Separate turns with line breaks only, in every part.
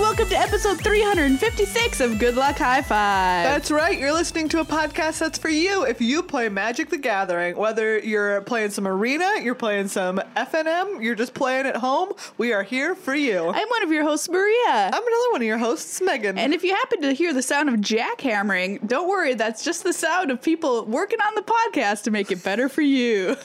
welcome to episode 356 of Good Luck High Five.
That's right. You're listening to a podcast that's for you. If you play Magic the Gathering, whether you're playing some arena, you're playing some FNM, you're just playing at home, we are here for you.
I'm one of your hosts, Maria.
I'm another one of your hosts, Megan.
and if you happen to hear the sound of jackhammering, don't worry, that's just the sound of people working on the podcast to make it better for you.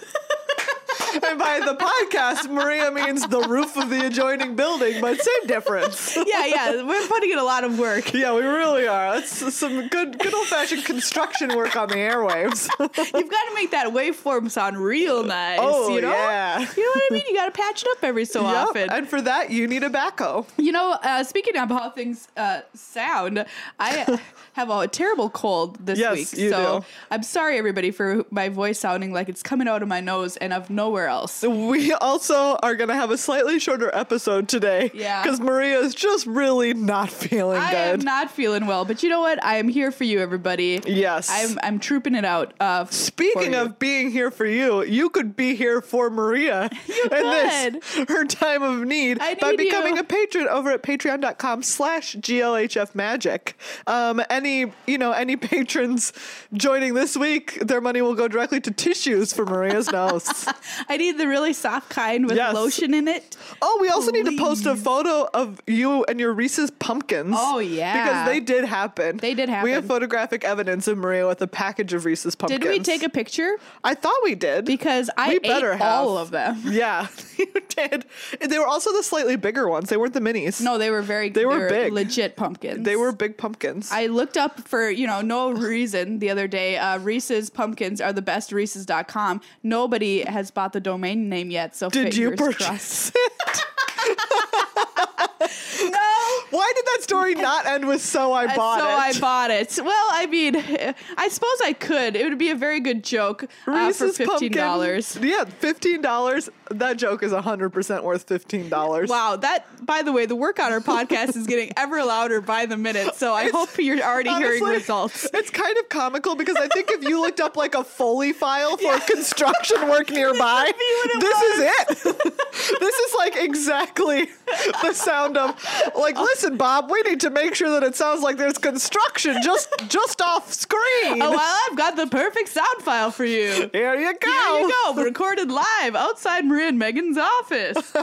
and by the podcast, Maria means the roof of the adjoining building, but same difference.
yeah, yeah, we're putting in a lot of work.
Yeah, we really are. That's some good, good old fashioned construction work on the airwaves.
You've got to make that waveform sound real nice,
Oh,
you know?
yeah.
You know what I mean? You got to patch it up every so
Yep,
often.
And for that, you need a backhoe.
You know, uh, speaking of how things uh, sound, I have a terrible cold this
Yes,
week.
you
so
do.
I'm sorry, everybody, for my voice sounding like it's coming out of my nose and of nowhere else.
We also are going to have a slightly shorter episode today.
Yeah.
Because Maria is just really not feeling
I am
good.
not feeling well, but you know what? I am here for you, everybody.
yes.
I'm I'm trooping it out. Uh, for
Speaking
you.
of being here for you, you could be here for Maria in this her time of need
I
by
need you.
becoming a patron over at patreon.com slash glhf magic. Um, any you know, any patrons joining this week, their money will go directly to tissues for Maria's nose.
I need the really soft kind with
Yes.
lotion in it.
Oh, we also need to post a
Please.
photo of you and your Reese's pumpkins.
Oh, yeah.
because they did happen.
They did
We have
happen.
photographic evidence of Maria with a package of Reese's pumpkins.
Did we take a picture?
I thought we did.
Because I
We
ate
better have.
all of them.
yeah, you did. And They were also the slightly bigger ones. They weren't the minis.
No, they were very
They were big.
legit pumpkins.
they were big pumpkins.
I looked up for, you know, no reason the other day. Uh, Reese's pumpkins are the best Reese's.com. Nobody has bought the domain name yet, so
did you
fingers crossed.
purchase?
No.
Why did that story not end with "so I
And
bought
so
it"?
I bought uh, it. Well, I mean, I suppose I could. It would be a very good joke uh, for
Reese's
fifteen
pumpkin.
dollars.
Yeah, fifteen dollars. That joke is hundred percent worth fifteen dollars.
Wow, that by the way, the work on our podcast is getting ever louder by the minute. So I hope you're already hearing
Honestly,
results.
It's kind of comical because I think if you looked up like a Foley file for construction work nearby,
would be what it
this is it. this is like exactly the sound of like, listen, Bob, we need to make sure that it sounds like there's construction just just off screen.
Oh, well, I've got the perfect sound file for you.
Here you go.
There you go, recorded live outside Maria and Megan's office.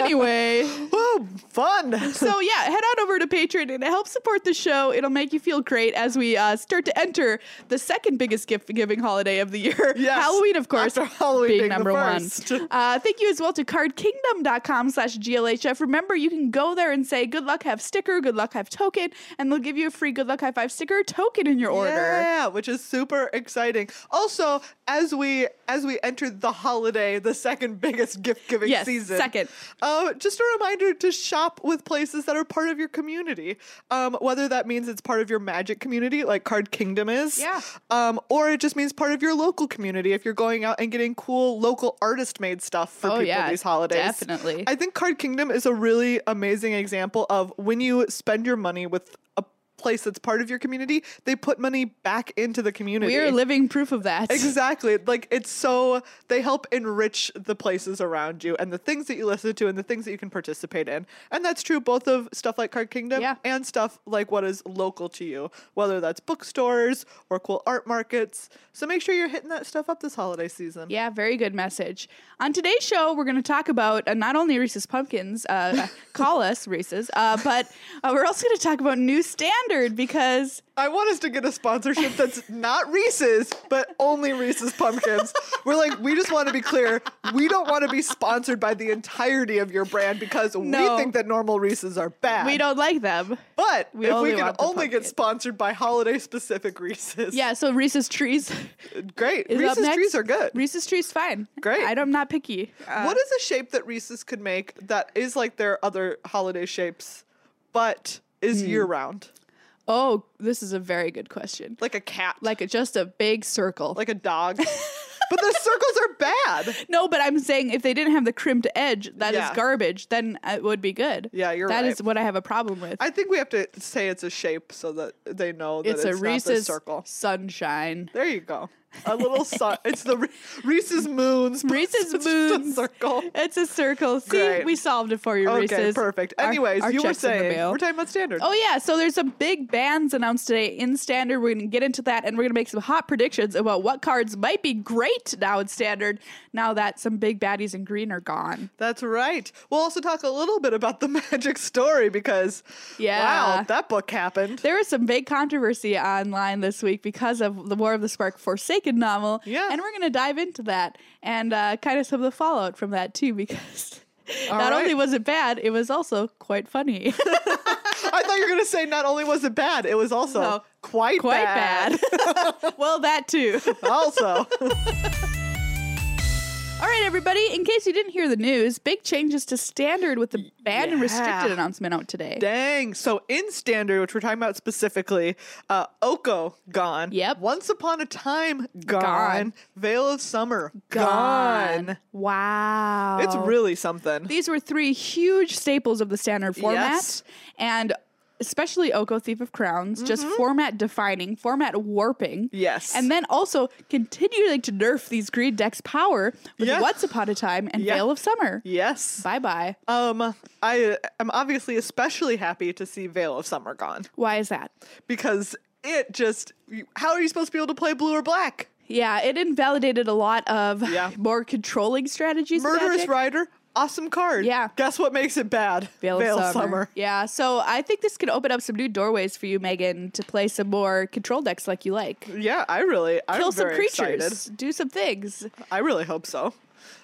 anyway,
Woo, fun.
so yeah, head on over to Patreon and help support the show. It'll make you feel great as we uh, start to enter the second biggest gift giving holiday of the year,
Yes.
Halloween, of course,
After Halloween
being
being the
number one.
first.
Uh, thank you as well to cardkingdom.com slash GLHF. Remember, you can go there and say, good luck, have sticker, good luck, have token, and they'll give you a free good luck, high five sticker token in your order.
Yeah, which is super exciting. Also, as we as we entered the holiday, the second biggest gift giving
Yes,
season.
second.
Uh, just a reminder to shop with places that are part of your community. Um, whether that means it's part of your magic community, like Card Kingdom is.
Yeah.
Um, or it just means part of your local community if you're going out and getting cool local artist made stuff for
Oh,
people
yeah,
these holidays.
definitely.
I think Card Kingdom is a really amazing example of when you spend your money with a place that's part of your community, they put money back into the community.
We are living proof of that.
Exactly. Like it's so they help enrich the places around you and the things that you listen to and the things that you can participate in. And that's true both of stuff like Card Kingdom
Yeah.
and stuff like what is local to you, whether that's bookstores or cool art markets. So make sure you're hitting that stuff up this holiday season.
Yeah, very good message. On today's show, we're going to talk about uh, not only Reese's Pumpkins, uh, call us Reese's, uh, but uh, we're also going to talk about new standard because
I want us to get a sponsorship that's not Reese's, but only Reese's pumpkins. We're like, we just want to be clear. We don't want to be sponsored by the entirety of your brand because
No.
we think that normal Reese's are bad.
we don't like them.
But
we
if
only
we can
want the
only
pumpkin.
get sponsored by holiday specific Reese's,
Yeah, so Reese's trees
great.
is up
Reese's
next.
trees are good.
Reese's trees, fine.
Great.
I don't, I'm not picky. Uh,
what is a shape that Reese's could make that is like their other holiday shapes, but is
Hmm.
year round?
oh, this is a very good question.
Like a cat,
Like a, just a big circle.
like a dog. but the circles are bad.
no, but I'm saying if they didn't have the crimped edge, that is
Yeah.
garbage. Then it would be good.
Yeah, you're
That
right.
is what I have a problem with.
I think we have to say it's a shape so that they know that
it's,
it's,
a
not the
Reese's
circle.
sunshine.
There you go. a little. So- it's the Re- Reese's Moons.
Reese's
It's just a
Moons.
circle.
It's a circle. See,
Great.
we solved it for you,
Okay,
Reese's.
perfect.
Our-
Anyways,
our
you were
check's in the
saying
mail.
we're talking about standard.
Oh yeah, so there's some big bands announced today in standard. We're gonna get into that, and we're gonna make some hot predictions about what cards might be great now in standard. Now that some big baddies in green are gone.
That's right. We'll also talk a little bit about the magic story because
Yeah.
wow, that book happened.
There was some big controversy online this week because of the War of the Spark Forsaken novel.
Yeah.
And we're going to dive into that and uh, kind of some of the fallout from that too, because
All
not
right.
only was it bad, it was also quite funny.
I thought you were going to say not only was it bad, it was also
No.
quite
quite
bad.
bad. well, that too.
also,
All right, everybody. In case you didn't hear the news, big changes to standard with the banned and restricted
Yeah.
announcement out today.
dang. So in standard, which we're talking about specifically, uh, Oko gone.
Yep.
Once upon a time gone.
Gone.
Veil of Summer
Gone. Oh.
gone.
Wow.
It's really something.
These were three huge staples of the standard format,
Yes.
and especially Oko Thief of Crowns, just format defining, format warping.
Mm-hmm. Yes.
And then also continuing to nerf these green decks' power with
Yeah.
Once Upon a Time and
Yeah.
Veil of Summer.
yes.
Bye bye.
Um, I am obviously especially happy to see Veil of Summer gone.
Why is that?
because it just how are you supposed to be able to play blue or black?
Yeah, it invalidated a lot of
Yeah.
more controlling strategies. in
Murderous
Magic.
Rider, awesome card.
Yeah.
Guess what makes it bad?
Veil, of summer. Yeah, so I think this could open up some new doorways for you, Megan, to play some more control decks like you like.
Yeah, I really I'm
Kill some
very
creatures,
excited.
do some things.
I really hope so.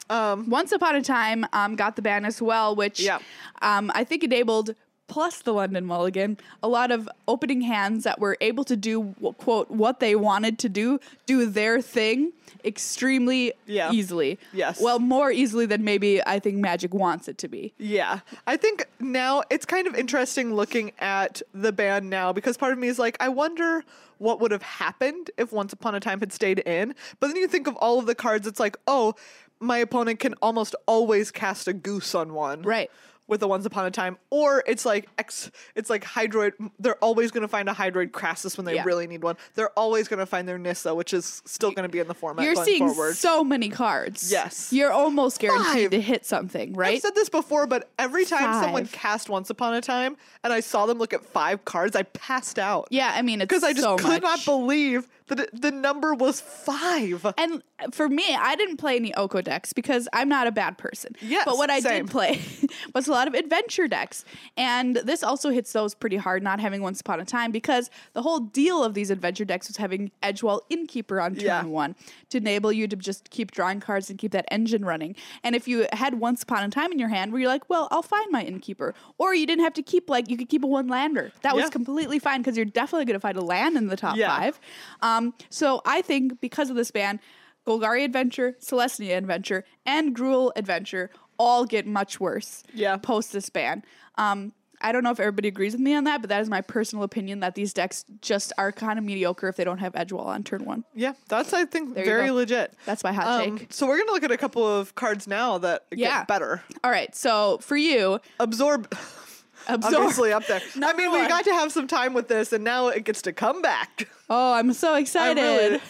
Once Upon a Time um, got the ban as well, which
Yeah.
um, I think enabled, plus the London Mulligan, a lot of opening hands that were able to do, wh- quote, what they wanted to do, do their thing extremely
Yeah.
easily.
Yes.
Well, more easily than maybe I think Magic wants it to be.
Yeah. I think now it's kind of interesting looking at the band now because part of me is like, I wonder what would have happened if Once Upon a Time had stayed in. But then you think of all of the cards, it's like, oh, my opponent can almost always cast a goose on one.
Right.
With the Once Upon a Time. Or it's like X it's like Hydroid they're always gonna find a Hydroid Crassus when they
Yeah.
really need one. They're always gonna find their Nissa, which is still gonna be in the format
You're
going
seeing
forward.
so many cards.
Yes.
You're almost guaranteed
Five.
to hit something,
I've
right?
said this before, but every time someone
Five.
cast Once Upon a Time and I saw them look at five cards, I passed out.
yeah, I mean, it's
Because I just
so
could
much.
not believe that it, the number was five.
And for me, I didn't play any Oko decks because I'm not a bad person.
Yes,
But what I
same.
did play was a lot of adventure decks. And this also hits those pretty hard, not having Once Upon a Time, because the whole deal of these adventure decks was having Edgewall Innkeeper on turn
Yeah.
one to enable you to just keep drawing cards and keep that engine running. And if you had Once Upon a Time in your hand where you're like, well, I'll find my Innkeeper, or you didn't have to keep, like, you could keep a one lander. That was
Yeah.
completely fine because you're definitely going to find a land in the top
Yeah.
five. Um, so I think because of this ban, Golgari Adventure, Celestia Adventure, and Gruel Adventure all get much worse.
Yeah.
Post this ban. Um, I don't know if everybody agrees with me on that, but that is my personal opinion that these decks just are kind of mediocre if they don't have Edgewall on turn one.
yeah, that's, I think,
you
very
go.
legit. Um,
That's my hot take.
So we're going to look at a couple of cards now that
Yeah.
get better.
All right, so for you,
Absorb.
absorb.
Obviously up there. I
Number
mean,
one.
we got to have some time with this, and now it gets to come back.
Oh, I'm so
I
excited.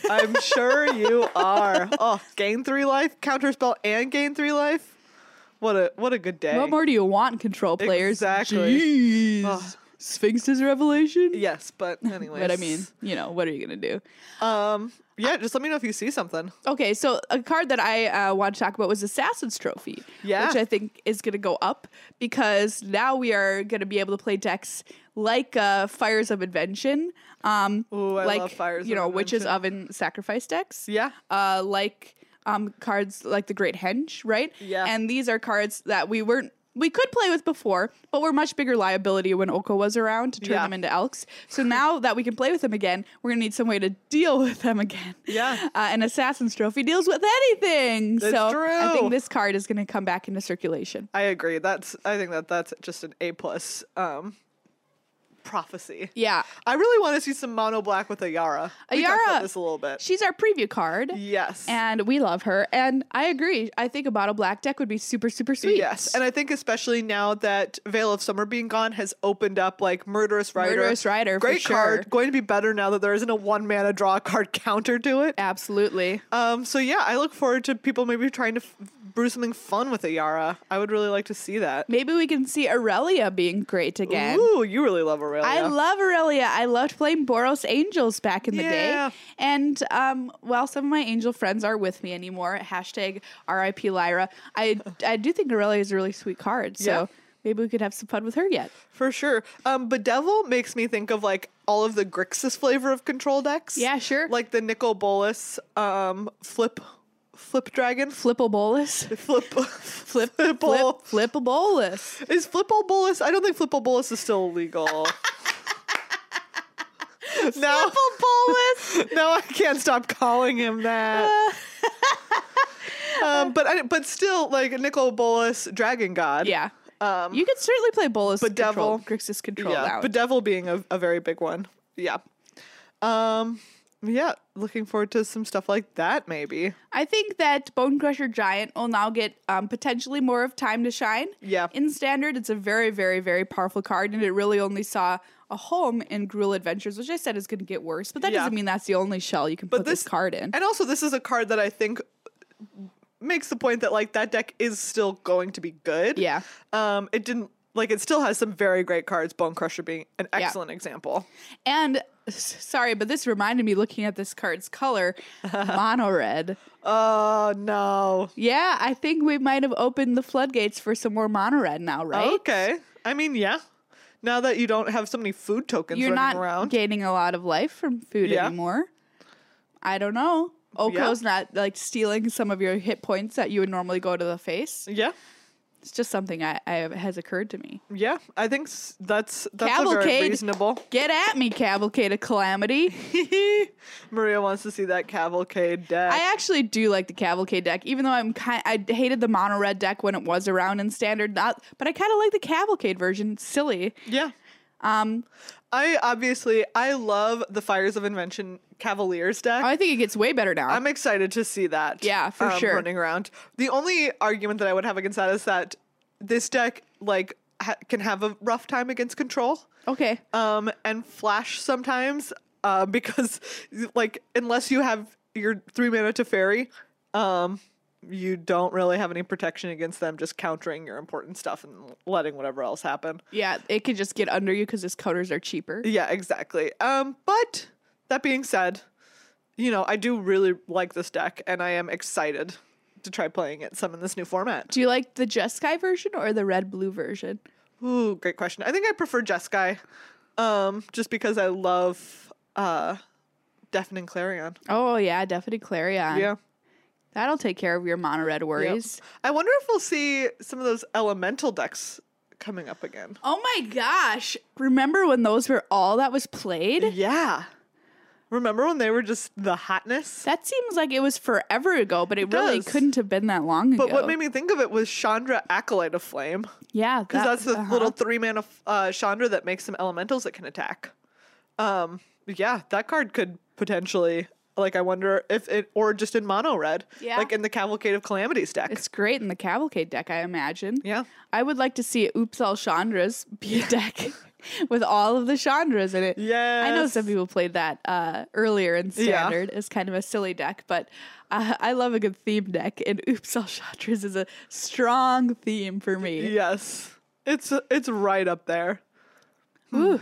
really, I'm sure you are. Oh, gain three life, counterspell, and gain three life. What a what a good day.
What more do you want, control players?
Exactly.
Jeez.
Ugh.
Sphinx's revelation.
Yes, but anyways.
But I mean, you know, what are you gonna do?
um, yeah, just let me know if you see something.
Okay, so a card that I uh, want to talk about was Assassin's Trophy,
Yeah.
which I think is going to go up because now we are going to be able to play decks like uh, Fires of Invention, um,
Ooh, I
like
love Fires
you
of
know Witches
Invention.
Oven Sacrifice decks,
Yeah.
uh, like um, cards like the Great Henge, right?
Yeah.
and these are cards that we weren't. We could play with before, but were much bigger liability when Oko was around to turn
Yeah.
them into elks. So now that we can play with them again, we're gonna need some way to deal with them again.
Yeah.
Uh, an assassin's trophy deals with anything.
That's
so I think
true.
this card is going to come back into circulation.
I agree. That's I think that that's just an A plus. Um, prophecy.
Yeah.
I really want to see some mono black with Ayara. We talked
Ayara-
about this a little bit.
Uh, She's our preview card.
yes.
And we love her. And I agree. I think a bottle black deck would be super, super sweet.
Yes, and I think especially now that Veil of Summer being gone has opened up like Murderous Rider.
Murderous Rider, for
great card,
sure.
going to be better now that there isn't a one mana draw card counter to it.
Absolutely.
Um, so yeah, I look forward to people maybe trying to f- brew something fun with Ayara. I would really like to see that.
Maybe we can see Aurelia being great again.
Ooh, you really love Aurelia.
I love Aurelia. I loved playing Boros Angels back in the
Yeah.
day. And um, while some of my angel friends aren't with me anymore, hashtag RIP Lyra, I, I do think Aurelia is a really sweet card. So
Yeah.
maybe we could have some fun with her yet.
for sure. Um, Bedevil makes me think of like all of the Grixis flavor of control decks.
Yeah, sure.
Like the Nicol Bolas, um, flip, flip dragon,
Flipple Bolus.
flip,
Flip, flip,
Flipple.
flip a bolus.
Is Flipple Bolus? I don't think Flipple Bolus is still illegal. now,
Bolus.
now I can't stop calling him that. um, but I, but still, like Nicol Bolus, Dragon God.
yeah.
Um,
You could certainly play Bolus control,
Bedevil.
Grixis control
yeah.
out.
But Devil being a, a very big one. Yeah. Um. Yeah. Looking forward to some stuff like that. Maybe.
I think that Bone Crusher Giant will now get um, potentially more of time to shine.
Yeah.
In standard, it's a very, very, very powerful card, and it really only saw a home in Gruel Adventures, which I said is going to get worse, but that
Yeah.
doesn't mean that's the only shell you can put this,
this-
card in.
And also, this is a card that I think makes the point that like that deck is still going to be good.
Yeah.
Um, it didn't like it still has some very great cards. Bone Crusher being an excellent example.
And s- sorry, but this reminded me looking at this card's color, mono red.
Oh no.
Yeah, I think we might have opened the floodgates for some more mono red now, right?
Okay. I mean, yeah. Now that you don't have so many food tokens
You're
running
not
around.
gaining a lot of life from food
Yeah.
anymore. I don't know.
Yeah.
Oko's not like stealing some of your hit points that you would normally go to the face.
yeah.
It's just something I, I has occurred to me.
Yeah. I think s- that's that's a very
Cavalcade.
reasonable.
Get at me, Cavalcade of Calamity.
Maria wants to see that cavalcade deck.
I actually do like the Cavalcade deck, even though I'm kind. I hated the mono red deck when it was around in standard, not, but I kind of like the Cavalcade version. It's silly.
yeah.
Um,
I obviously I love the Fires of Invention Cavaliers deck.
I think it gets way better now.
I'm excited to see that. um,
Yeah, for sure.
Running around. The only argument that I would have against that is that this deck like ha- can have a rough time against control,
okay.
um, and flash sometimes, uh, because like unless you have your three mana to fairy, um, you don't really have any protection against them just countering your important stuff and letting whatever else happen.
Yeah, it could just get under you because its coders are cheaper.
Yeah, exactly. Um, but that being said, you know, I do really like this deck and I am excited to try playing it some in this new format.
Do you like the Jeskai version or the red blue version?
Ooh, great question. I think I prefer Jeskai. Um, just because I love uh Deafening Clarion.
Oh yeah, definitely Clarion.
Yeah.
That'll take care of your mono red
yeah.
worries.
I wonder if we'll see some of those elemental decks coming up again.
Oh my gosh. Remember when those were all that was played?
Yeah. Remember when they were just the hotness?
That seems like it was forever ago, but it, really
does.
couldn't have been that long ago.
but what made me think of it was Chandra Acolyte of Flame.
Yeah,
because that's the
uh-huh.
little three mana f- uh, Chandra that makes some elementals that can attack. Um, yeah, that card could potentially like I wonder if it or just in mono red,
Yeah.
like in the Cavalcade of Calamities deck.
It's great in the Cavalcade deck, I imagine.
yeah,
I would like to see Oops All Chandra's be a deck with all of the Chandras in it. I know some
Yes.
people played that uh, earlier in
Yeah.
standard as kind of a silly deck, but uh, I love a good theme deck, and Oops All Chandras is a strong theme for me.
yes, it's it's right up there.
Ooh.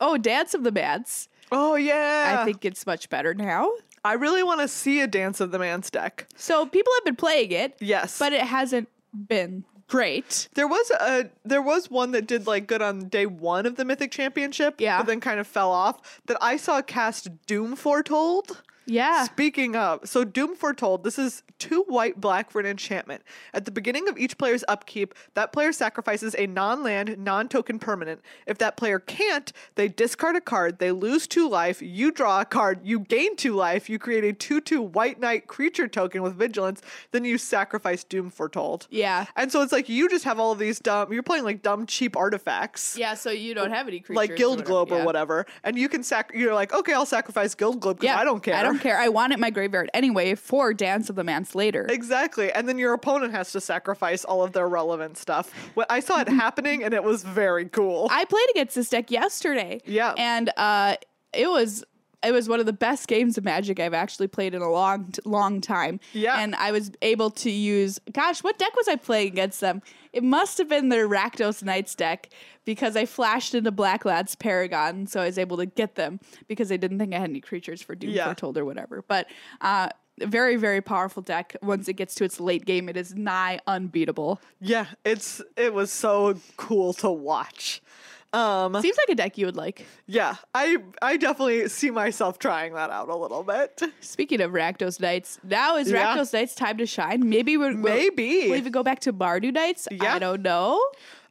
Oh, Dance of the Mads.
Oh yeah,
I think it's much better now.
I really want to see a Dance of the Man's deck.
So people have been playing it,
Yes,
but it hasn't been great.
There was a there was one that did like good on day one of the Mythic Championship,
Yeah.
but then kind of fell off. That I saw cast Doom Foretold,
Yeah.
Speaking of, so Doom Foretold, this is two white black for an enchantment. At the beginning of each player's upkeep, that player sacrifices a non land, non token permanent. If that player can't, they discard a card, they lose two life, you draw a card, you gain two life, you create a 2 2 white knight creature token with vigilance, then you sacrifice Doom Foretold.
Yeah.
And so it's like you just have all of these dumb, you're playing like dumb, cheap artifacts
Yeah, so you don't have any creatures.
like Guild Globe
yeah.
or whatever, and you can sac. You're like, okay, I'll sacrifice Guild Globe because
Yeah.
I don't care.
I don't care. I want it in my graveyard anyway for Dance of the Manslayer.
Exactly, and then your opponent has to sacrifice all of their relevant stuff. Wh- I saw it happening, and it was very cool.
I played against this deck yesterday.
Yeah.
and uh, it was it was one of the best games of Magic I've actually played in a long t- long time.
Yeah.
and I was able to use. Gosh, what deck was I playing against them? It must have been their Rakdos Knights deck because I flashed into Black Lad's Paragon, so I was able to get them because they didn't think I had any creatures for Doom
Yeah.
Foretold or whatever. But uh, very very powerful deck. Once it gets to its late game, it is nigh unbeatable.
yeah, it's it was so cool to watch. Um,
Seems like a deck you would like.
yeah, I I definitely see myself trying that out a little bit.
Speaking of Rakdos Knights, now is
Yeah.
Rakdos Knights time to shine? Maybe we're, we'll,
Maybe.
we'll even go back to Bardu Knights.
Yeah.
I don't know.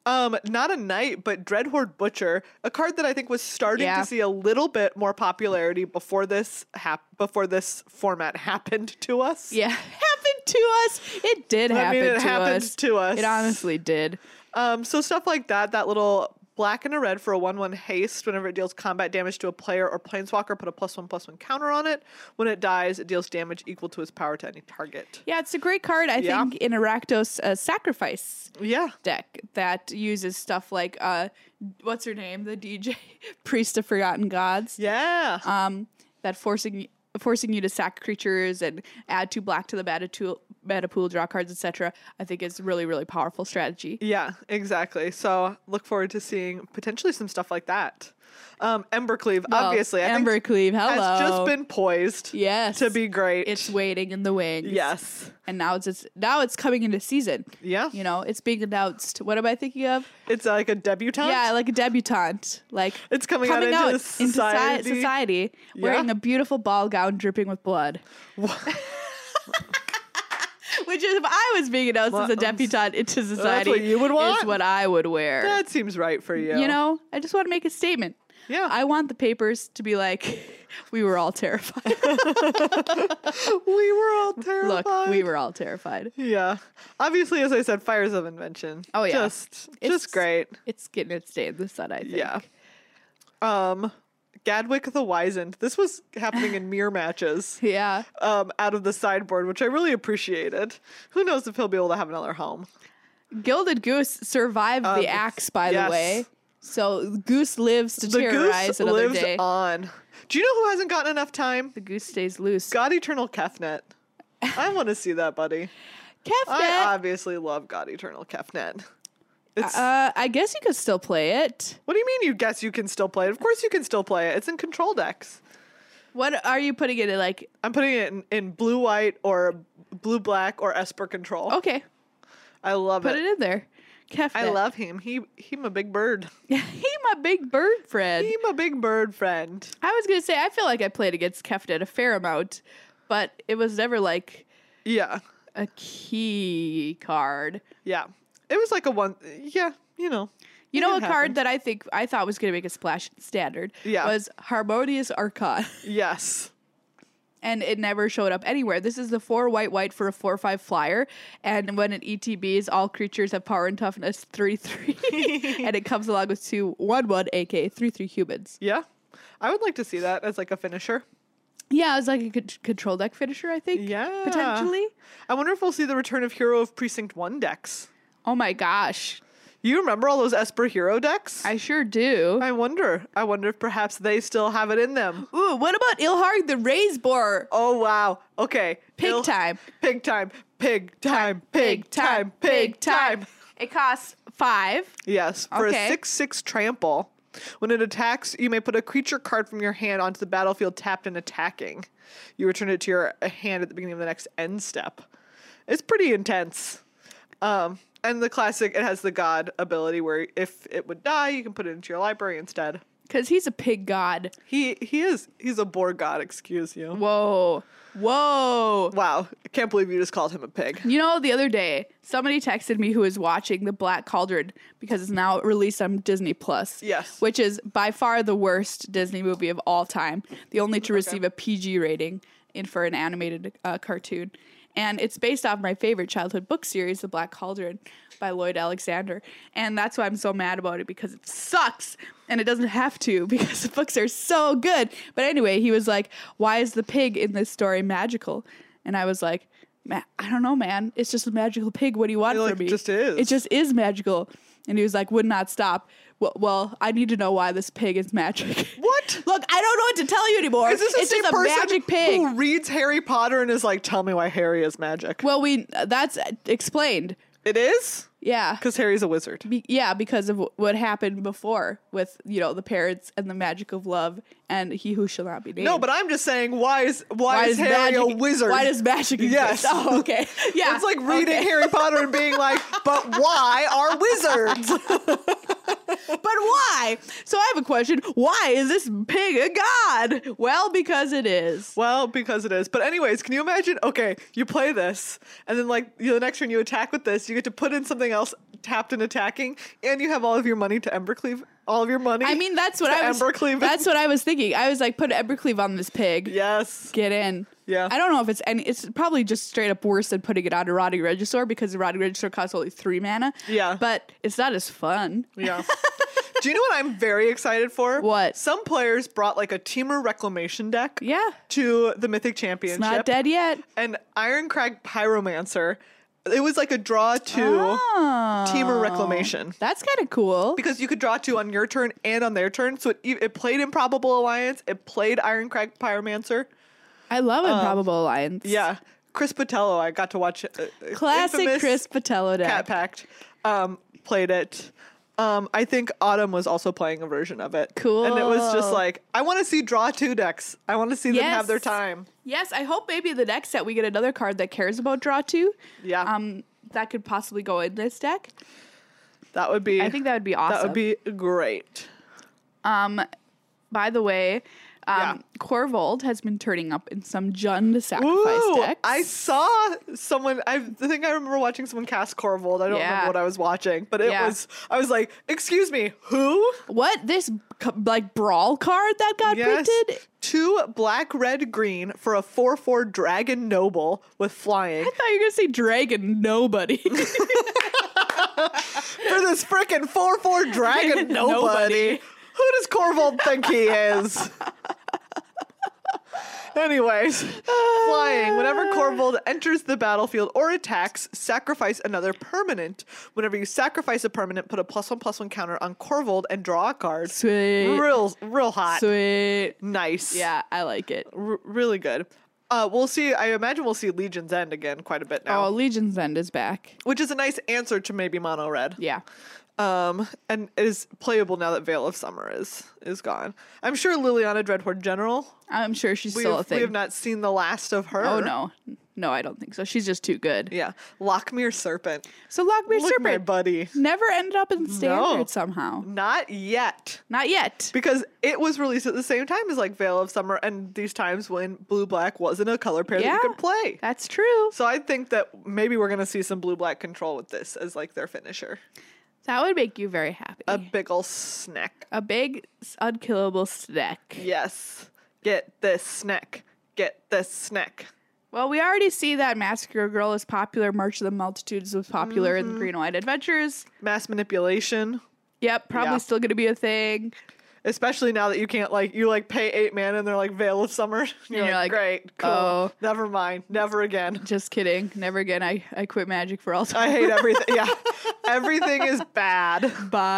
Um, not a knight, but Dreadhorde Butcher, a card that I think was starting
Yeah.
to see a little bit more popularity before this hap- before this format happened to us.
Yeah, happened to us. It did
I
happen
mean, it
to
happened
us.
to us.
It honestly did.
Um, so stuff like that, that little black and a red for a 1 1 haste. Whenever it deals combat damage to a player or planeswalker, put a plus 1 plus 1 counter on it. When it dies, it deals damage equal to its power to any target.
Yeah, it's a great card. I
Yeah.
think in a Rakdos uh, sacrifice
Yeah.
deck that uses stuff like uh, what's her name, the DJ Priest of Forgotten Gods.
Yeah.
um, that forcing forcing you to sack creatures and add two black to the meta, tool, meta pool, draw cards, etc. I think is really really powerful strategy.
yeah, exactly. So look forward to seeing potentially some stuff like that. Um, Embercleave,
Well,
obviously, I
Ember
think
Cleave, hello.
has just been poised
yes
to be great.
It's waiting in the wings.
yes.
and now it's, it's now it's coming into season.
Yeah.
You know, it's being announced. What am I thinking of?
It's like a debutante.
Yeah, like a debutante, like
It's coming,
coming
out,
out
into
in
society.
society, society wearing a beautiful ball gown dripping with blood. Which is, if I was being announced as
Well,
a
um,
debutante into society,
you would
Is
want?
what I would wear.
That seems right for you.
you know, I just want to make a statement.
Yeah.
I want the papers to be like, we were all terrified.
we were all terrified.
Look, we were all terrified.
Yeah. Obviously, as I said, fires of invention.
Oh, yeah.
Just,
It's-
just great.
It's getting its day in the sun, I think.
Yeah. Um, Gadwick the Wizened. This was happening in mirror matches.
Yeah.
Um, out of the sideboard, which I really appreciated. Who knows if he'll be able to have another home?
Gilded Goose survived
Um,
the axe, by
yes.
the way. So Goose lives to terrorize
the goose
another
lives
day.
on. Do you know who hasn't gotten enough time?
The goose stays loose.
God Eternal Kefnet. I want to see that, buddy. I
Kefnet.
obviously love God Eternal Kefnet. It's,
Uh, I guess you could still play it.
what do you mean you guess you can still play it? Of course you can still play it. It's in control decks.
What are you putting it in? Like,
I'm putting it in, in blue white or blue black or Esper control.
okay,
I love
Oh, put
it.
it in there. Kefnet.
I love him. He he my big bird.
he my big bird friend.
He my big bird friend.
I was gonna say I feel like I played against Kefnet a fair amount, but it was never like
Yeah.
a key card.
Yeah. It was like a one yeah, you know.
You
It
know, a
can happen.
card that I think I thought was gonna make a splash in standard
Yeah.
was Harmonious Archon.
Yes.
and it never showed up anywhere. This is the four white white for a four five flyer, and when it ETBs, all creatures have power and toughness three three, and it comes along with two one one, aka three three humans.
Yeah. I would like to see that as like a finisher.
Yeah, it was like a con- control deck finisher, I think.
Yeah.
potentially.
I wonder if we'll see the return of Hero of Precinct 1 decks.
Oh my gosh,
You remember all those Esper Hero decks?
I sure do.
I wonder. I wonder if perhaps they still have it in them.
Ooh, what about Ilharg the Raise Boar?
Oh wow. Okay.
Pig
It'll-
time.
Pig time. Pig time. Pig time. Pig time.
It costs five.
Yes, for
Okay.
a 6 6 trample. When it attacks, you may put a creature card from your hand onto the battlefield tapped and attacking. You return it to your uh, hand at the beginning of the next end step. It's pretty intense. Um, and the classic, it has the god ability where if it would die, you can put it into your library instead.
Because he's a pig god.
He he is he's a boar god. Excuse you.
Whoa. Whoa.
Wow, I can't believe you just called him a pig.
You know, the other day, somebody texted me who was watching The Black Cauldron because it's now released on Disney Plus.
Yes.
Which is by far the worst Disney movie of all time, the only to receive a PG rating in for an animated uh, cartoon. And it's based off my favorite childhood book series, The Black Cauldron by Lloyd Alexander. And that's why I'm so mad about it because it sucks and it doesn't have to because the books are so good. But anyway, he was like, Why is the pig in this story magical? And I was like, Ma- I don't know, man. It's just a magical pig. What do you want
It,
from
like,
me?
just is.
It just is magical. And he was like, would not stop. Well, well I need to know why this pig is magic.
What?
Look, I don't know what to tell you anymore.
Is this the
it's
same
just a
person
magic pig.
who reads Harry Potter and is like, "Tell me why Harry is magic"?
Well, we uh, that's explained.
it is
Yeah.
because Harry's a wizard.
Be- yeah, because of wh- what happened before with, you know, the parents and the magic of love and he who shall not be named.
No, but I'm just saying, why is why,
why
is
does
Harry
magic,
a wizard?
Why does magic exist?
Yes.
Oh, okay. Yeah.
it's like reading
okay.
Harry Potter and being like, "But why are wizards?"
But why? So I have a question. Why is this pig a god? Well, because it is.
Well, because it is. But anyways, can you imagine? Okay, you play this, and then like you know, the next turn you attack with this, you get to put in something else tapped and attacking, and you have all of your money to Embercleave. All of your money.
I mean, that's what
to
I was.
Embercleave.
That's what I was thinking. I was like, put Evercleave on this pig.
yes.
Get in.
Yeah.
I don't know if it's any. It's probably just straight up worse than putting it on a Rotting Regisaur because the Rotting Regisaur costs only three mana.
Yeah.
But it's not as fun.
Yeah. Do you know what I'm very excited for?
What?
Some players brought like a teamer reclamation deck.
Yeah.
To the Mythic
It's
Championship.
not dead yet.
And Ironcrag Pyromancer. It was like a draw two
Oh.
teamer reclamation.
That's kind of cool.
because you could draw two on your turn and on their turn. So it, e- it played Improbable Alliance. It played Ironcrag Pyromancer.
I love Improbable Alliance.
uh, Yeah, Chris Patello. I got to watch it. uh,
Classic
infamous
Chris Patello deck.
Cat Pact. Um, played it. Um, I think Autumn was also playing a version of it. And it was just
Cool.
like, I want to see draw two decks. I want to see them have their
Yes.
time.
Yes, I hope maybe the next set we get another card that cares about draw two.
Yeah.
Um, that could possibly go in this deck.
That would be.
I think that would be awesome.
that would be great.
Um, by the way, um,
Yeah.
Corvold has been turning up in some Jund sacrifice
Ooh,
decks.
I saw someone. I think I remember watching someone cast Corvold. I don't
Yeah.
remember what I was watching, but it
Yeah.
was. I was like, "Excuse me, who?"
what this c- like brawl card that got printed?
two black, red, green for a four-four dragon noble with flying
I thought you were gonna say dragon nobody.
for this frickin' four-four dragon
Nobody.
nobody. Who does Corvold think he is? Anyways, flying. Whenever Corvold enters the battlefield or attacks, sacrifice another permanent. Whenever you sacrifice a permanent, put a plus one plus one counter on Corvold and draw a card.
Sweet,
Real, real hot.
sweet.
nice.
Yeah, I like it.
R- really good. Uh, we'll see. I imagine we'll see Legion's End again quite a bit now,
Oh, Legion's End is back.
which is a nice answer to maybe Mono Red.
Yeah.
Um, and is playable now that Veil of Summer is is gone. I'm sure Liliana Dreadhorde General.
I'm sure she's
We
still a
have,
thing.
we have not seen the last of her.
Oh no, no, I don't think so. She's just too good.
Yeah, Lockmere Serpent.
So Lockbeard
Look, my
Serpent
buddy.
never ended up in standard
No.
somehow.
Not yet,
Not yet.
because it was released at the same time as like Veil of Summer, and these times when Blue Black wasn't a color pair that
Yeah.
you could play.
That's true.
So I think that maybe we're gonna see some Blue Black control with this as like their finisher.
That would make you very happy.
A
A,
big ol' snack.
big s- unkillable snack.
Yes. Get this snack. Get this snack.
Well, we already see that Massacre Girl is popular. March of the Multitudes was popular
Mm-hmm.
in Green and White Adventures.
Mass manipulation.
Yep, probably
Yeah.
still going to be a thing.
Especially now that you can't like you like pay eight man and they're like Veil of Summer. You're,
you're like,
like, great, cool.
oh.
Never mind. Never again.
Just kidding. Never again. I, I quit magic for all
I
time.
hate everything. yeah. Everything is bad.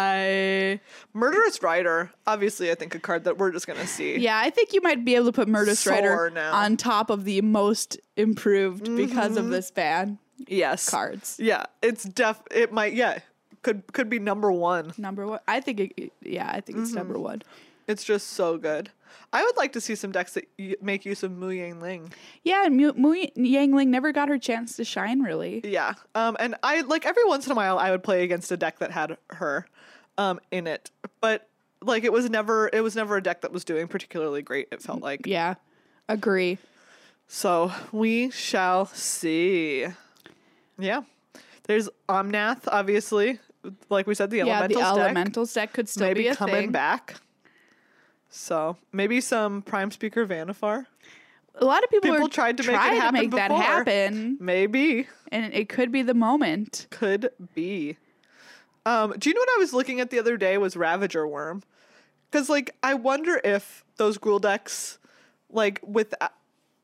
Bye.
Murderous Rider, obviously I think a card that we're just gonna see.
Yeah, I think you might be able to put Murder Strider
Soar now. Mm-hmm.
on top of the most improved because of this ban
Yes.
cards.
Yeah. It's def it might yeah. Could could be number one.
Number one. I think it, yeah, I think it's
Mm-hmm.
number one.
It's just so good. I would like to see some decks that y- make use of Mu Yang Ling.
Yeah, and Mu, Mu Yangling never got her chance to shine really.
Yeah. Um, and I like every once in a while I would play against a deck that had her um, in it, but like it was never it was never a deck that was doing particularly great. It felt like
Yeah. Agree.
so. We shall see. Yeah, there's Omnath, obviously. Like we said, the
yeah, the
elementals deck
elementals deck could still
maybe
be a
coming
thing.
back. So maybe some Prime Speaker Vanifar.
A lot of people,
People
are
tried to make it
trying
happen
make that
before.
happen,
Maybe
and it could be the moment.
could be. Um, do you know what I was looking at the other day was Ravager Worm? Because like I wonder if those Gruul decks, like with, uh,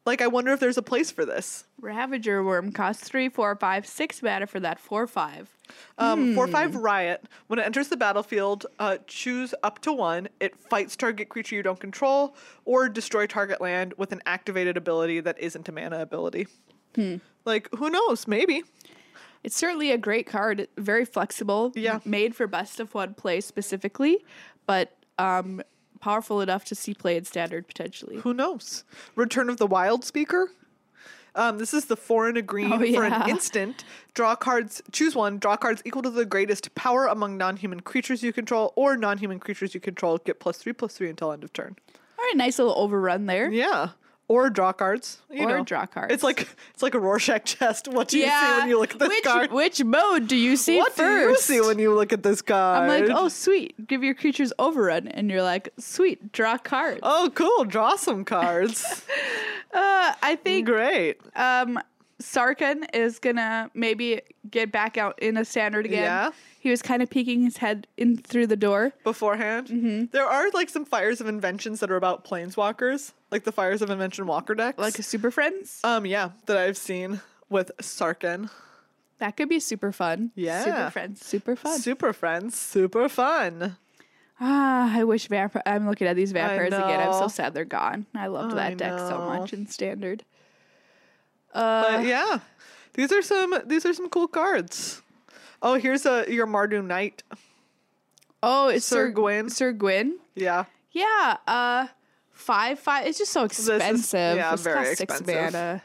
like I wonder if there's a place for this.
Ravager Worm costs three, four, five, six mana for that four five.
Um, Four five riot. When it enters the battlefield, uh, choose up to one. It fights target creature you don't control, or destroy target land with an activated ability that isn't a mana ability. Like who knows? Maybe
It's certainly a great card, very flexible.
Yeah.
m- made for best of one play specifically, but um, powerful enough to see play in standard potentially.
who knows? Return of the Wild Speaker. Um, this is the four and a green
Oh,
for
yeah.
an instant. Draw cards. Choose one. Draw cards equal to the greatest power among non-human creatures you control, or non-human creatures you control. Get plus three plus three until end of turn.
All right, nice little overrun there.
Yeah. Or draw cards. You
Or
know.
draw
It's
cards.
like it's like a Rorschach test. What do you see when you look at this
which,
card?
Which mode do you see
what
first?
do you see when you look at this card?
I'm like, oh sweet, give your creatures overrun, and you're like, sweet, draw cards.
Oh, cool. Draw some cards.
Uh, I think
Great.
um, Sarkin is gonna maybe get back out in a standard again.
Yeah.
He was kind of peeking his head in through the door.
Beforehand,
Mm-hmm.
there are like some fires of inventions that are about planeswalkers, like the fires of invention walker decks.
Like a super friends.
um, yeah, that I've seen with Sarkin.
that could be super fun.
Yeah.
Super friends. Super fun.
Super friends, super fun.
ah, I wish vampire I'm looking at these vampires again. I'm so
know.
sad they're gone. I loved
I
that deck so
know.
much in standard. Uh.
But yeah, these are some these are some cool cards. Oh, here's a your Mardu Knight.
Oh, it's
Sir
Sir
Gwyn.
Sir Gwyn.
Yeah.
Yeah, uh five five it's just so
is-
expensive.
yeah,
This
very
costs
expensive.
Six mana.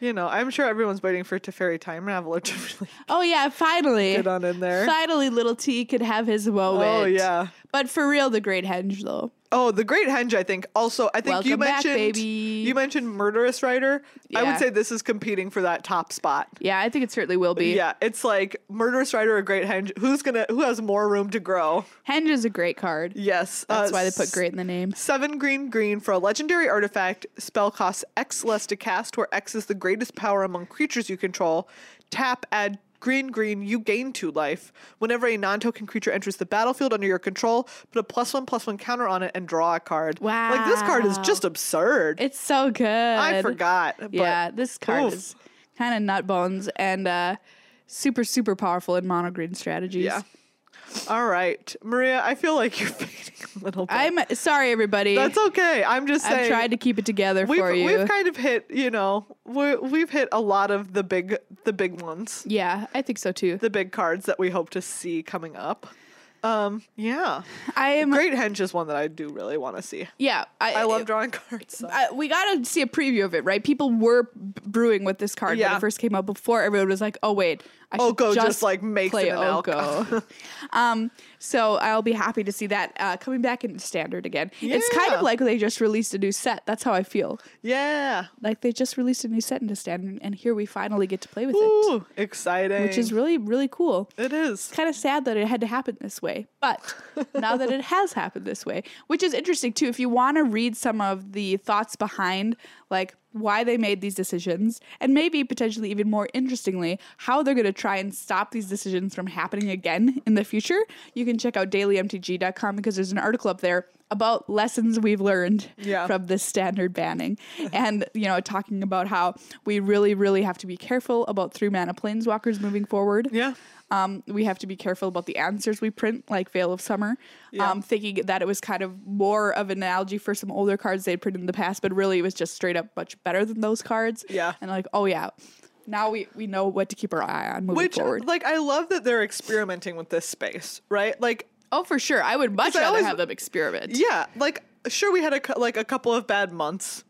You know, I'm sure everyone's waiting for Teferi Time Raveler to really
Oh yeah, finally.
get on in there.
Finally little T could have his moment.
Oh, yeah.
But for real the great henge though.
Oh, the Great Henge, I think. Also, I think you
Welcome back,
mentioned
baby.
you mentioned Murderous Rider. I
Yeah.
would say this is competing for that top spot.
Yeah, I think it certainly will be.
Yeah, it's like Murderous Rider or Great Henge. Who's gonna who has more room to grow?
Henge is a great card.
Yes.
That's
uh,
why they put
s-
great in the name.
Seven green green for a legendary artifact. Spell costs X less to cast, where X is the greatest power among creatures you control. Tap, add green green, you gain two life. Whenever a non token creature enters the battlefield under your control, put a plus one plus one counter on it and draw a card. Like this card is
Wow.
just absurd.
It's so good.
I forgot. But
Yeah, this card
oof.
is kind of nut bones and uh, super super powerful in mono green strategies.
Yeah. All right. Maria, I feel like you're fading a little bit.
I'm sorry, everybody.
That's okay. I'm just saying.
I've tried to keep it together
We've,
for you.
we've kind of hit, you know, we we've hit a lot of the big the big ones.
yeah, I think so too.
the big cards that we hope to see coming up. Um, yeah,
I am.
Great Henge is one that I do really want to see.
Yeah, I,
I love drawing cards. so-
I, we gotta see a preview of it, right? People were b- brewing with this card when
Yeah.
it first came out. Before everyone was like, "Oh wait, I should
Oko just, like, makes
play
it an elk.
Oko." um, so I'll be happy to see that uh, coming back in standard again. It's kind of
Yeah.
like they just released a new set. That's how I feel.
yeah,
Like they just released a new set into standard, and here we finally get to play with it,
ooh, exciting!
which is really really cool.
it is.
It's kind of sad that it had to happen this way, but now that it has happened this way, which is interesting too. If you want to read some of the thoughts behind, like why they made these decisions, and maybe potentially even more interestingly, how they're going to try and stop these decisions from happening again in the future, you can check out dailymtg.com because there's an article up there about lessons we've learned
Yeah.
from this standard banning and you know talking about how we really really have to be careful about three mana planeswalkers moving forward
Yeah,
um, we have to be careful about the answers we print, like Veil of Summer. Um, thinking that it was kind of more of an analogy for some older cards they'd printed in the past, but really it was just straight up much better than those cards.
Yeah.
And like, oh yeah, now we, we know what to keep our eye on moving
which uh,
forward.
like I love that they're experimenting with this space, right? Like,
oh, for sure. I would much
I
rather
always-
have them experiment.
yeah, like sure we had a cou- like a couple of bad months.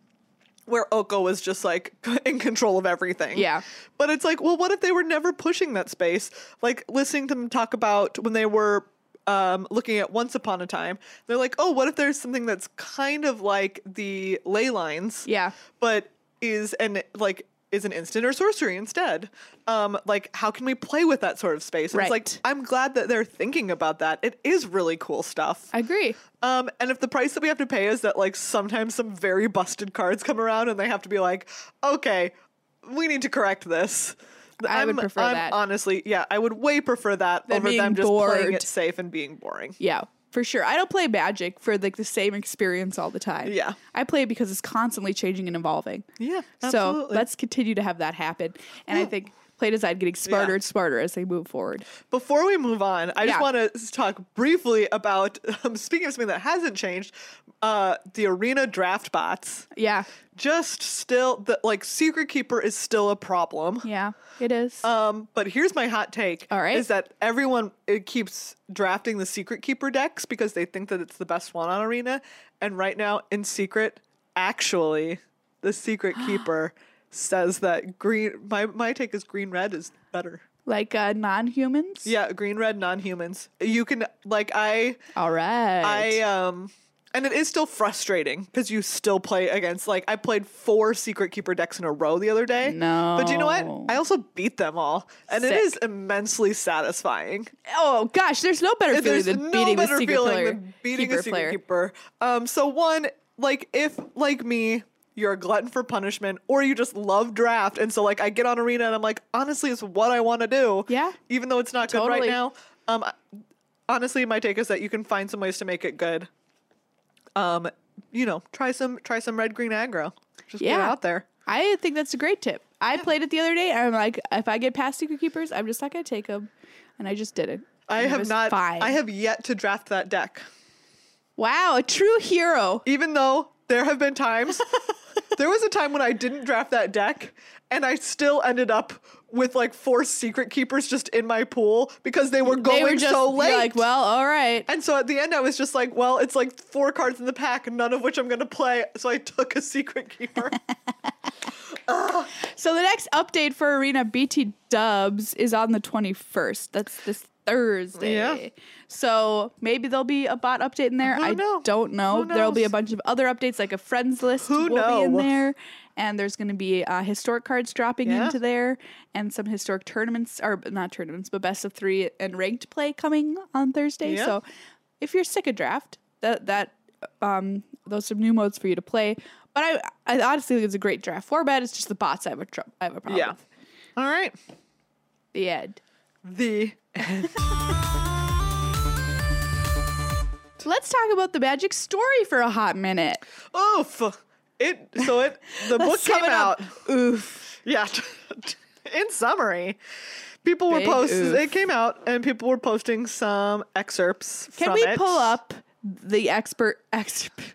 Where Oko was just like in control of everything.
Yeah.
But it's like, well, what if they were never pushing that space? Like listening to them talk about when they were um, looking at Once Upon a Time. They're like, oh, what if there's something that's kind of like the ley lines?
Yeah.
but is an like is an instant or sorcery instead. Um, like how can we play with that sort of space? And It's
Right.
like I'm glad that they're thinking about that. It is really cool stuff.
I agree.
Um, and if the price that we have to pay is that like sometimes some very busted cards come around and they have to be like, okay, we need to correct this. Th-
I would prefer
I'm
that.
Honestly, yeah, I would way prefer that
Than
over
being
them just playing it
bored.
safe and being boring.
Yeah, for sure. I don't play Magic for like the same experience all the time.
Yeah.
I play it because it's constantly changing and evolving.
Yeah, absolutely.
So let's continue to have that happen. And I think play design getting smarter
Yeah.
and smarter as they move forward.
Before we move on, I just
Yeah.
want to talk briefly about um, speaking of something that hasn't changed, uh, the arena draft bots.
Yeah.
Just still, the, like Secret Keeper is still a problem.
Yeah. It is.
Um, but here's my hot take.
All right.
Is that everyone it keeps drafting the Secret Keeper decks because they think that it's the best one on Arena. And right now in Secret, actually, the Secret Keeper says that green my, my take is green red is better.
like uh, non humans.
Yeah, green red non humans. You can like I
All right.
I um and it is still frustrating because you still play against like I played four Secret Keeper decks in a row the other day. But you know
No.
what? I also beat them all. And it is
Sick.
immensely satisfying.
oh gosh, there's no better feeling
There's
than
no
beating the
better
secret
feeling
player.
than beating
keeper
a secret
player.
keeper. Um so one, like if like me, you're a glutton for punishment or you just love draft and so like I get on arena and I'm like, honestly it's what I want to do.
Yeah.
Even though it's not good right
Totally.
now. Um I- honestly my take is that you can find some ways to make it good. Um, you know, try some try some red green aggro. Just get
Yeah.
out there.
I think that's a great tip. I played it the other day, and I'm like, if I get past secret keepers, I'm just not gonna take them, and I just didn't.
I
And it
have
was
not
Fine.
I have yet to draft that deck.
Wow, a true hero.
even though there have been times there was a time when I didn't draft that deck and I still ended up with like four secret keepers just in my pool because they were going
they were just
so
be
late.
like, well, all right.
and so at the end I was just like, well, it's like four cards in the pack, none of which I'm going to play, so I took a secret keeper.
So the next update for Arena BT Dubs is on the 21st. That's this Thursday.
Yeah.
So maybe there'll be a bot update in there.
Who
I
know?
don't know.
Who
There'll be a
knows?
bunch of other updates, like a friends list
Who
will be in
know?
there. And there's going to be uh, historic cards dropping
Yeah.
into there and some historic tournaments, or not tournaments, but best of three and ranked play coming on Thursday.
Yeah.
So if you're sick of draft, that that um those are new modes for you to play. But I I honestly think it's a great draft format. It's just the bots I have a tr- I have a problem.
yeah.
with.
All right.
The end.
The
Let's talk about the magic story for a hot minute.
oof. It so it the book
sum
came
it up.
out. Oof. Yeah. In summary, people were
Big
posting.
oof.
It came out, and people were posting some excerpts.
Can
from
we
it.
pull up the expert expert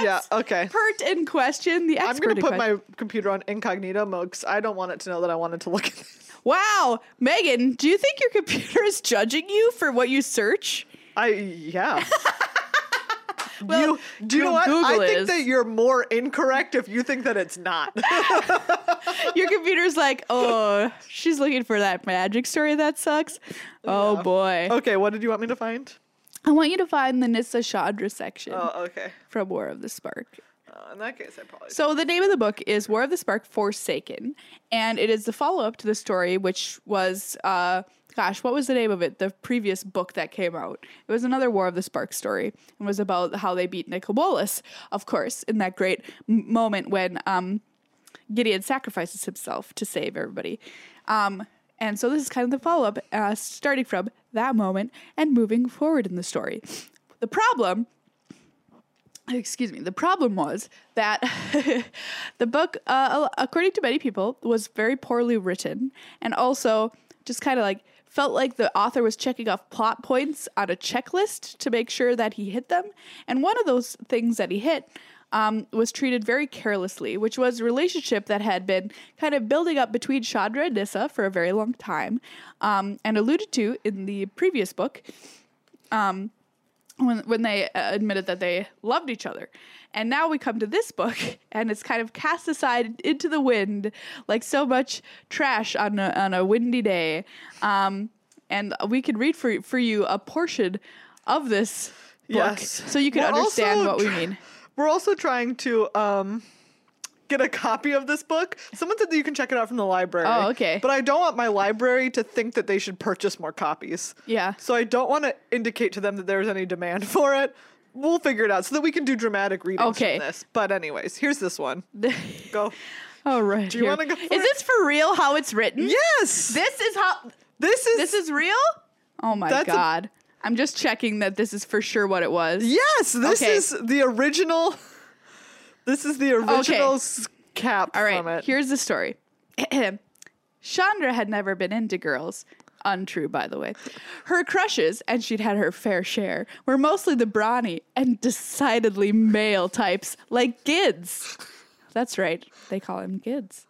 Yeah. Okay.
expert in question? The
I'm
expert.
gonna
in
put
question.
my computer on incognito mode because I don't want it to know that I wanted to look at this.
Wow, Megan, do you think your computer is judging you for what you search?
I yeah.
Well,
you do you know
Goo-
what? I
Google
think
is.
that you're more incorrect if you think that it's not.
Your computer's like, oh, she's looking for that magic story that sucks. Oh boy.
okay. What did you want me to find?
I want you to find the Nissa Chandra section
Oh, okay.
from War of the Spark.
Uh, in that case, I probably.
So the name of the book is War of the Spark Forsaken, and it is the follow up to the story, which was, uh, gosh, what was the name of it? The previous book that came out. It was another War of the Spark story, and was about how they beat Nicol Bolas, of course, in that great m- moment when um, Gideon sacrifices himself to save everybody. Um, and so this is kind of the follow up, uh, starting from that moment and moving forward in the story. The problem excuse me the problem was that the book uh, a- according to many people was very poorly written and also just kind of like felt like the author was checking off plot points on a checklist to make sure that he hit them and one of those things that he hit um, was treated very carelessly, which was a relationship that had been kind of building up between Chandra and Nissa for a very long time, um, and alluded to in the previous book when when they uh, admitted that they loved each other. And now we come to this book, and it's kind of cast aside into the wind, like so much trash on a, on a windy day. Um, and we can read for for you a portion of this book,
Yes.
so you can
We're also
understand what we
try-
mean.
We're also trying to um, get a copy of this book. Someone said that you can check it out from the library.
Oh, okay.
But I don't want my library to think that they should purchase more copies.
Yeah.
So I don't want to indicate to them that there's any demand for it. We'll figure it out so that we can do dramatic readings
Okay.
from this. But anyways, here's this one. Go.
All right. Do
you wanna go
Is
for it?
this for real? How it's written?
yes. This,
This is how.
is
This is real. Oh my
That's a-
god. i I'm just checking that this is for sure what it was.
Yes, this
Okay.
is the original. This is the original s cap
All right,
from it.
here's the story. Chandra had never been into girls. Untrue, by the way. Her crushes, and she'd had her fair share, were mostly the brawny and decidedly male types, like Gids. That's right, they call him Gids.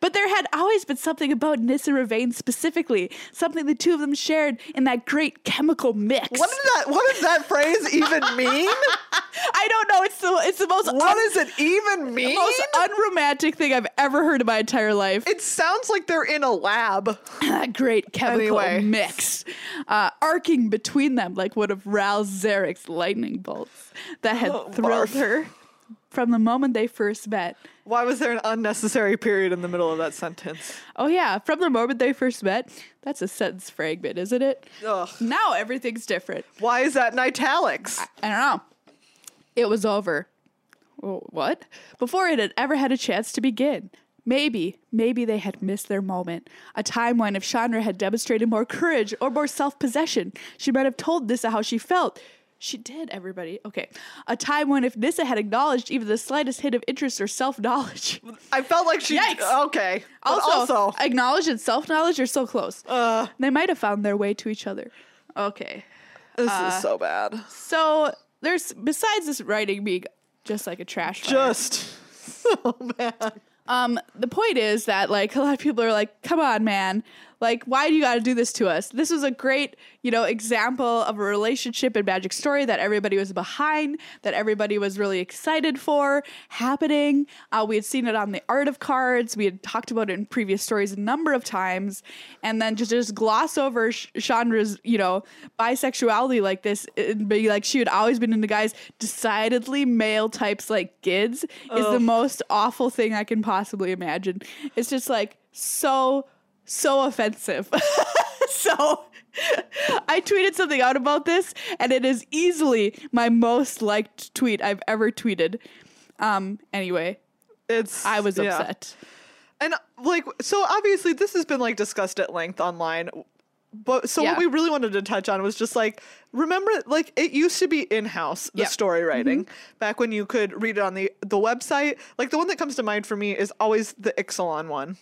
But there had always been something about Nissa Ravain specifically, something the two of them shared in that great chemical mix.
What did that? What does that phrase even mean?
I don't know. It's the it's the most
What
un-
does it even mean?
most unromantic thing I've ever heard in my entire life.
It sounds like they're in a lab.
that great chemical
Anyway.
mix, uh, arcing between them like one of Ral Zarek's lightning bolts that had
Oh,
thrilled
barf.
her from the moment they first met.
Why was there an unnecessary period in the middle of that sentence?
Oh yeah, from the moment they first met. That's a sentence fragment, isn't it?
Ugh.
Now everything's different.
Why is that in italics?
I don't know. It was over. Oh, What? Before it had ever had a chance to begin. Maybe, maybe they had missed their moment. A time when if Chandra had demonstrated more courage or more self possession, she might have told Nissa how she felt. She did, everybody. Okay. A time when if Nissa had acknowledged even the slightest hint of interest or self knowledge.
I felt like she.
Yikes.
Okay. But
Also, uh,
also,
acknowledge and self knowledge are so close.
uh,
they might have found their way to each other. Okay.
this is so bad.
So there's besides this writing being just like a trash fire,
Just so bad.
um, the point is that like a lot of people are like, come on, man, like why do you got to do this to us? This was a great you know example of a relationship in Magic Story that everybody was behind, that everybody was really excited for happening. Uh, we had seen it on the Art of Cards. We had talked about it in previous stories a number of times, and then just just gloss over Sh- Chandra's you know bisexuality like this and be like she had always been into guys decidedly male types like Gids is the most awful thing I can possibly imagine. It's just like so so offensive. so I tweeted something out about this and it is easily my most liked tweet I've ever tweeted. Um anyway,
It's.
I was
yeah.
upset.
And like, so obviously, this has been like discussed at length online. But so
Yeah.
what we really wanted to touch on was just like remember like it used to be in house the
Yep.
story writing back when you could read it on the the website like the one that comes to mind for me is always the Ixalan one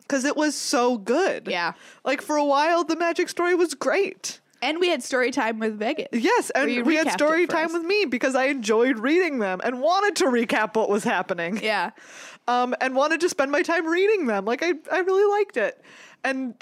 because it was so good
Yeah.
like for a while the magic story was great
And we had story time with Megan.
yes and
you
we
recapped
had
it
story
for
time
us.
with me because I enjoyed reading them and wanted to recap what was happening
Yeah.
um, and wanted to spend my time reading them. Like I, I really liked it, and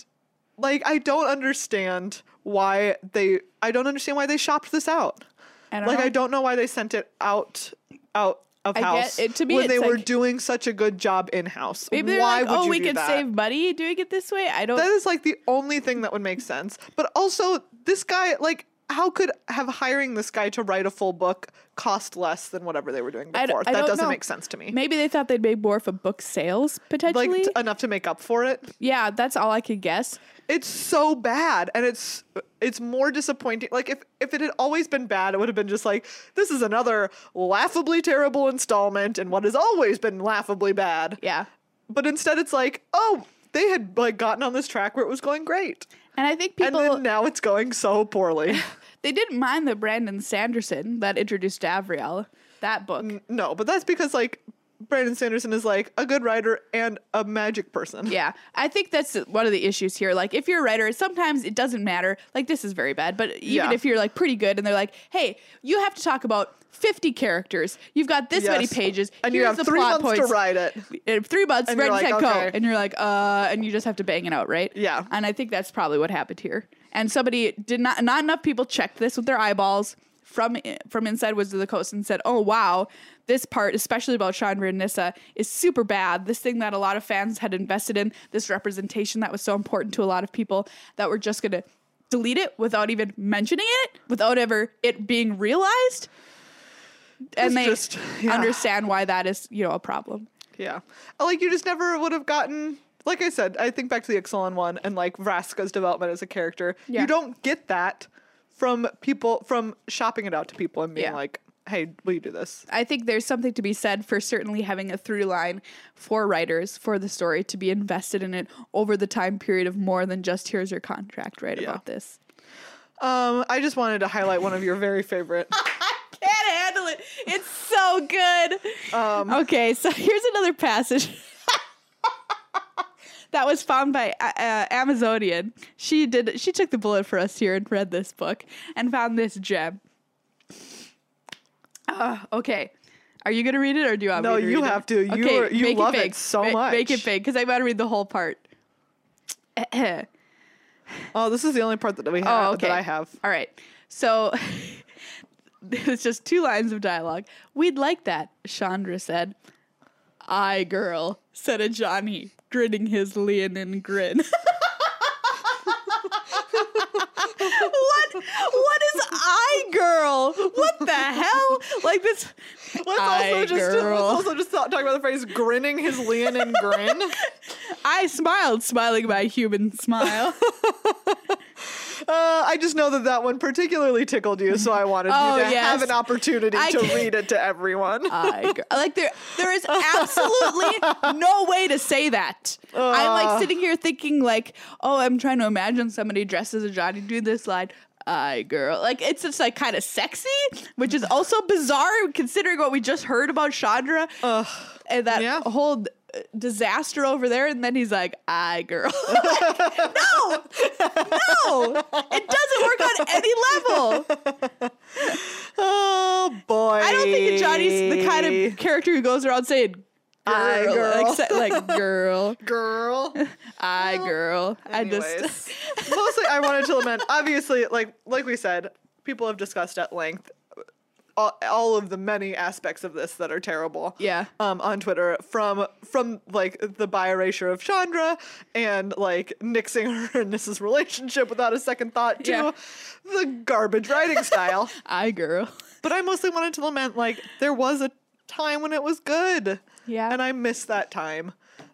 like I don't understand why they, I don't understand why they shopped this out.
And
like I don't know why they sent it out, out of
Uh-huh. I get-
house
it- to me
when they
it's
were
like-
doing such a good job in house.
Maybe they're
why
like,
would
oh,
you
we
do
could
that?
save money doing it this way. I don't.
That is like the only thing that would make sense. But also, this guy, like, how could have hiring this guy to write a full book cost less than whatever they were doing
I d-
before?
I
that
don't
doesn't
know.
make sense to me.
Maybe they thought they'd make more for book sales
like
potentially.
t- uh, enough to make up for it.
yeah, that's all I could guess.
It's so bad, and it's it's more disappointing. Like if if it had always been bad, it would have been just like this is another laughably terrible installment in what has always been laughably bad.
Yeah.
But instead, it's like oh, they had like gotten on this track where it was going great,
And I think people
and then now it's going so poorly.
they didn't mind the Brandon Sanderson that introduced Davriel, that book.
N- no, but that's because like Brandon Sanderson is like a good writer and a magic person.
Yeah, I think that's one of the issues here. Like, if you're a writer, sometimes it doesn't matter. Like, this is very bad, but even
Yeah.
if you're like pretty good, and they're like, "Hey, you have to talk about 50 characters. You've got this many
Yes.
pages,
and
Here's
you have
the
three
plot
months to
points.
write it.
in three months,
And
right
you're
ready,
like,
set,
okay.
go. And you're like, uh, and you just have to bang it out, right?
Yeah.
And I think that's probably what happened here. And somebody did not, not enough people checked this with their eyeballs from i- from inside Wizards of the Coast and said, oh, wow, this part, especially about Chandra and Nissa, is super bad. This thing that a lot of fans had invested in, this representation that was so important to a lot of people that we're just going to delete it without even mentioning it, without ever it being realized.
It's
And they
just- yeah.
understand why that is, you know, a problem.
Yeah. Like you just never would have gotten like I said, I think back to the Ixalan one and like Vraska's development as a character.
Yeah.
You don't get that from people from shopping it out to people and being
Yeah.
like, Hey, will you do this?
I think there's something to be said for certainly having a through line for writers for the story to be invested in it over the time period of more than just here's your contract, right?
Yeah.
About this.
Um, I just wanted to highlight one of your very favorite.
I can't handle it. It's so good.
Um,
Okay, so here's another passage. That was found by uh, uh, Amazonian. She did. She took the bullet for us here and read this book and found this gem. Uh, okay, are you gonna read it or do you want
No,
me to?
you
read
have
it?
to. You are- you
make
love it
big.
so
Ma- Make it
much.
big because I want to read the whole part.
oh, this is the only part that we have
Oh, okay.
that I have.
All right. So it's just two lines of dialogue. We'd like that, Chandra said. I girl, said a Johnny, grinning his Leonin grin. what what is I girl? What the hell? Like this
Let's
Aye,
also just
girl.
let's also just talk talk about the phrase grinning his lean and grin.
I smiled, smiling my human smile.
Uh, I just know that that one particularly tickled you, so I wanted
Oh,
you to
yes.
have an opportunity
I
to
can-
read it to everyone.
I gr- like there there is absolutely no way to say that. I'm like
Ugh.
sitting here thinking like, oh, I'm trying to imagine somebody dressed as a Johnny do this line. I girl, like it's just like kind of sexy, which is also bizarre considering what we just heard about Chandra and that
Uh, Yeah.
whole uh, disaster over there. And then he's like, "I girl, Like, no, no, it doesn't work on any level."
Oh boy!
I don't think that Johnny's the kind of character who goes around saying, girl,
Aye, girl.
Like, sa- like, girl,
girl.
I girl. I just,
Anyways, mostly I wanted to lament. Obviously, like like we said, people have discussed at length all, all of the many aspects of this that are terrible.
Yeah.
Um, on Twitter, from from like the bi erasure of Chandra and like nixing her and Nissa's relationship without a second thought to
Yeah.
the garbage writing style.
I girl.
But I mostly wanted to lament like there was a time when it was good.
Yeah.
And I miss that time.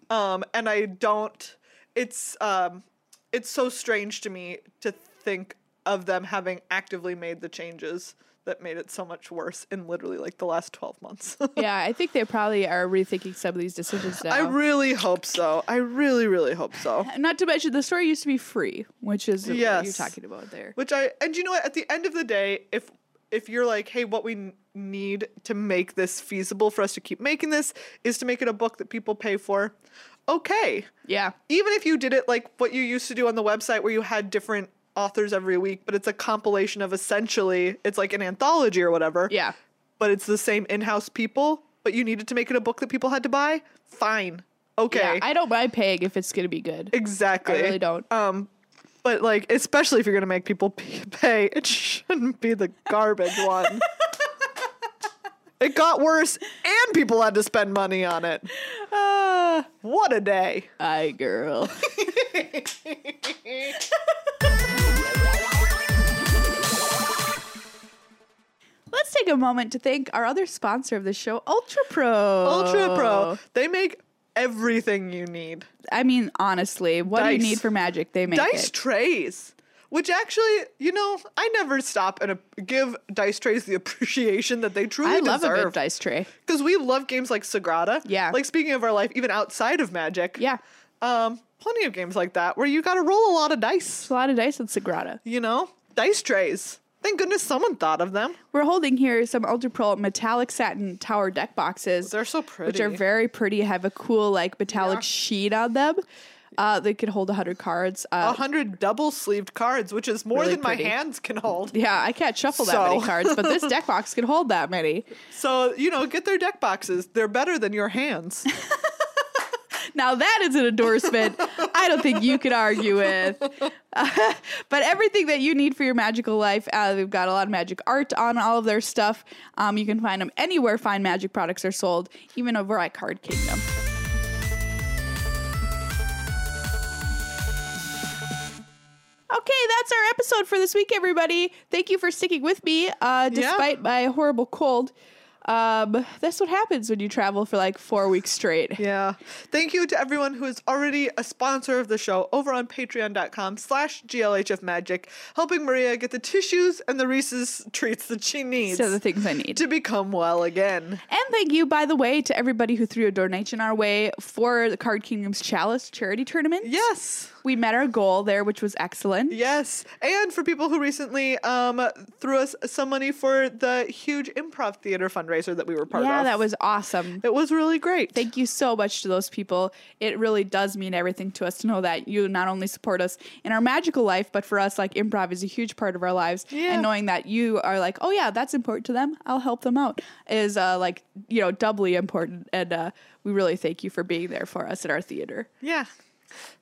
Um and I don't it's um it's so strange to me to think of them having actively made the changes that made it so much worse in literally like the last 12 months.
Yeah, I think they probably are rethinking some of these decisions now.
I really hope so. I really really hope so.
Not to mention, the story used to be free, which is what you're
Yes.
talking about there.
Which I and you know what? At the end of the day, if if you're like, hey, what we n- need to make this feasible for us to keep making this is to make it a book that people pay for. Okay,
Yeah.
even if you did it like what you used to do on the website, where you had different authors every week, but it's a compilation of essentially it's like an anthology or whatever.
Yeah.
but it's the same in-house people. But you needed to make it a book that people had to buy. Fine. Okay.
Yeah. I don't mind paying if it's going to be good.
Exactly.
I really don't.
Um, but like, especially if you're gonna make people p- pay, it shouldn't be the garbage one. It got worse, and people had to spend money on it. Uh, what a day!
I girl. Let's take a moment to thank our other sponsor of the show, Ultra Pro.
Ultra
Oh.
Pro, they make everything you need.
I mean, honestly, what do you
Dice.
need for magic? They make
Dice
it.
trays, which actually, you know, I never stop and ap- give dice trays the appreciation that they truly
I love a
deserve.
good dice tray.
because we love games like Sagrada.
Yeah.
Like speaking of our life, even outside of Magic.
Yeah,
Um, plenty of games like that where you got to roll a lot of dice.
it's a lot of dice at Sagrada.
You know, dice trays. Thank goodness someone thought of them.
We're holding here some Ultra Pro metallic satin tower deck boxes,
They're so pretty.
which are very pretty. Have a cool like metallic
Yeah.
sheet on them. Uh, they could hold hundred cards. Uh,
a hundred double sleeved cards, which is more
Really
than
pretty.
my hands can hold.
yeah, I can't shuffle that many
So.
cards, but this deck box can hold that many.
So you know, get their deck boxes. They're better than your hands.
Now that is an endorsement. I don't think you could argue with. but everything that you need for your magical life, uh, they've got a lot of magic art on all of their stuff. Um, you can find them anywhere fine magic products are sold, even over at Card Kingdom. Okay, that's our episode for this week, everybody. Thank you for sticking with me uh, despite my horrible cold. Um, that's what happens when you travel for like four weeks straight.
Yeah. Thank you to everyone who is already a sponsor of the show over on patreon.com slash glhfmagic, helping Maria get the tissues and the Reese's treats that she needs
So the things I need.
to become well again.
And thank you, by the way, to everybody who threw a donation our way for the Card Kingdom's Chalice charity tournament.
Yes.
We met our goal there, which was excellent.
Yes. And for people who recently um, threw us some money for the huge improv theater fundraiser that we were part of.
yeah, that was awesome.
It was really great.
Thank you so much to those people. It really does mean everything to us to know that you not only support us in our magical life, but for us, like improv is a huge part of our lives.
Yeah.
And knowing that you are like, oh yeah, that's important to them. I'll help them out is uh, like you know doubly important. And uh, we really thank you for being there for us at our theater.
Yeah.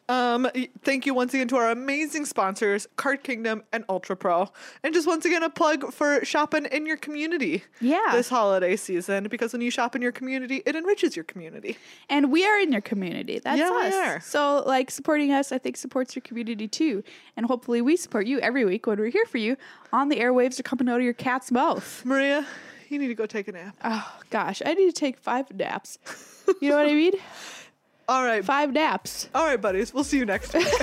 Um, y- thank you once again to our amazing sponsors, Card Kingdom and Ultra Pro. And just once again, a plug for shopping in your community
Yeah.
this holiday season because when you shop in your community, it enriches your community.
And we are in your community. That's
Yeah, we
us.
are.
So like supporting us, I think supports your community too. And hopefully we support you every week when we're here for you on the airwaves or coming out of your cat's mouth.
Maria, you need to go take a nap.
Oh gosh, I need to take five naps. You know what I mean?
All right.
Five naps.
All right, buddies. We'll see you next week.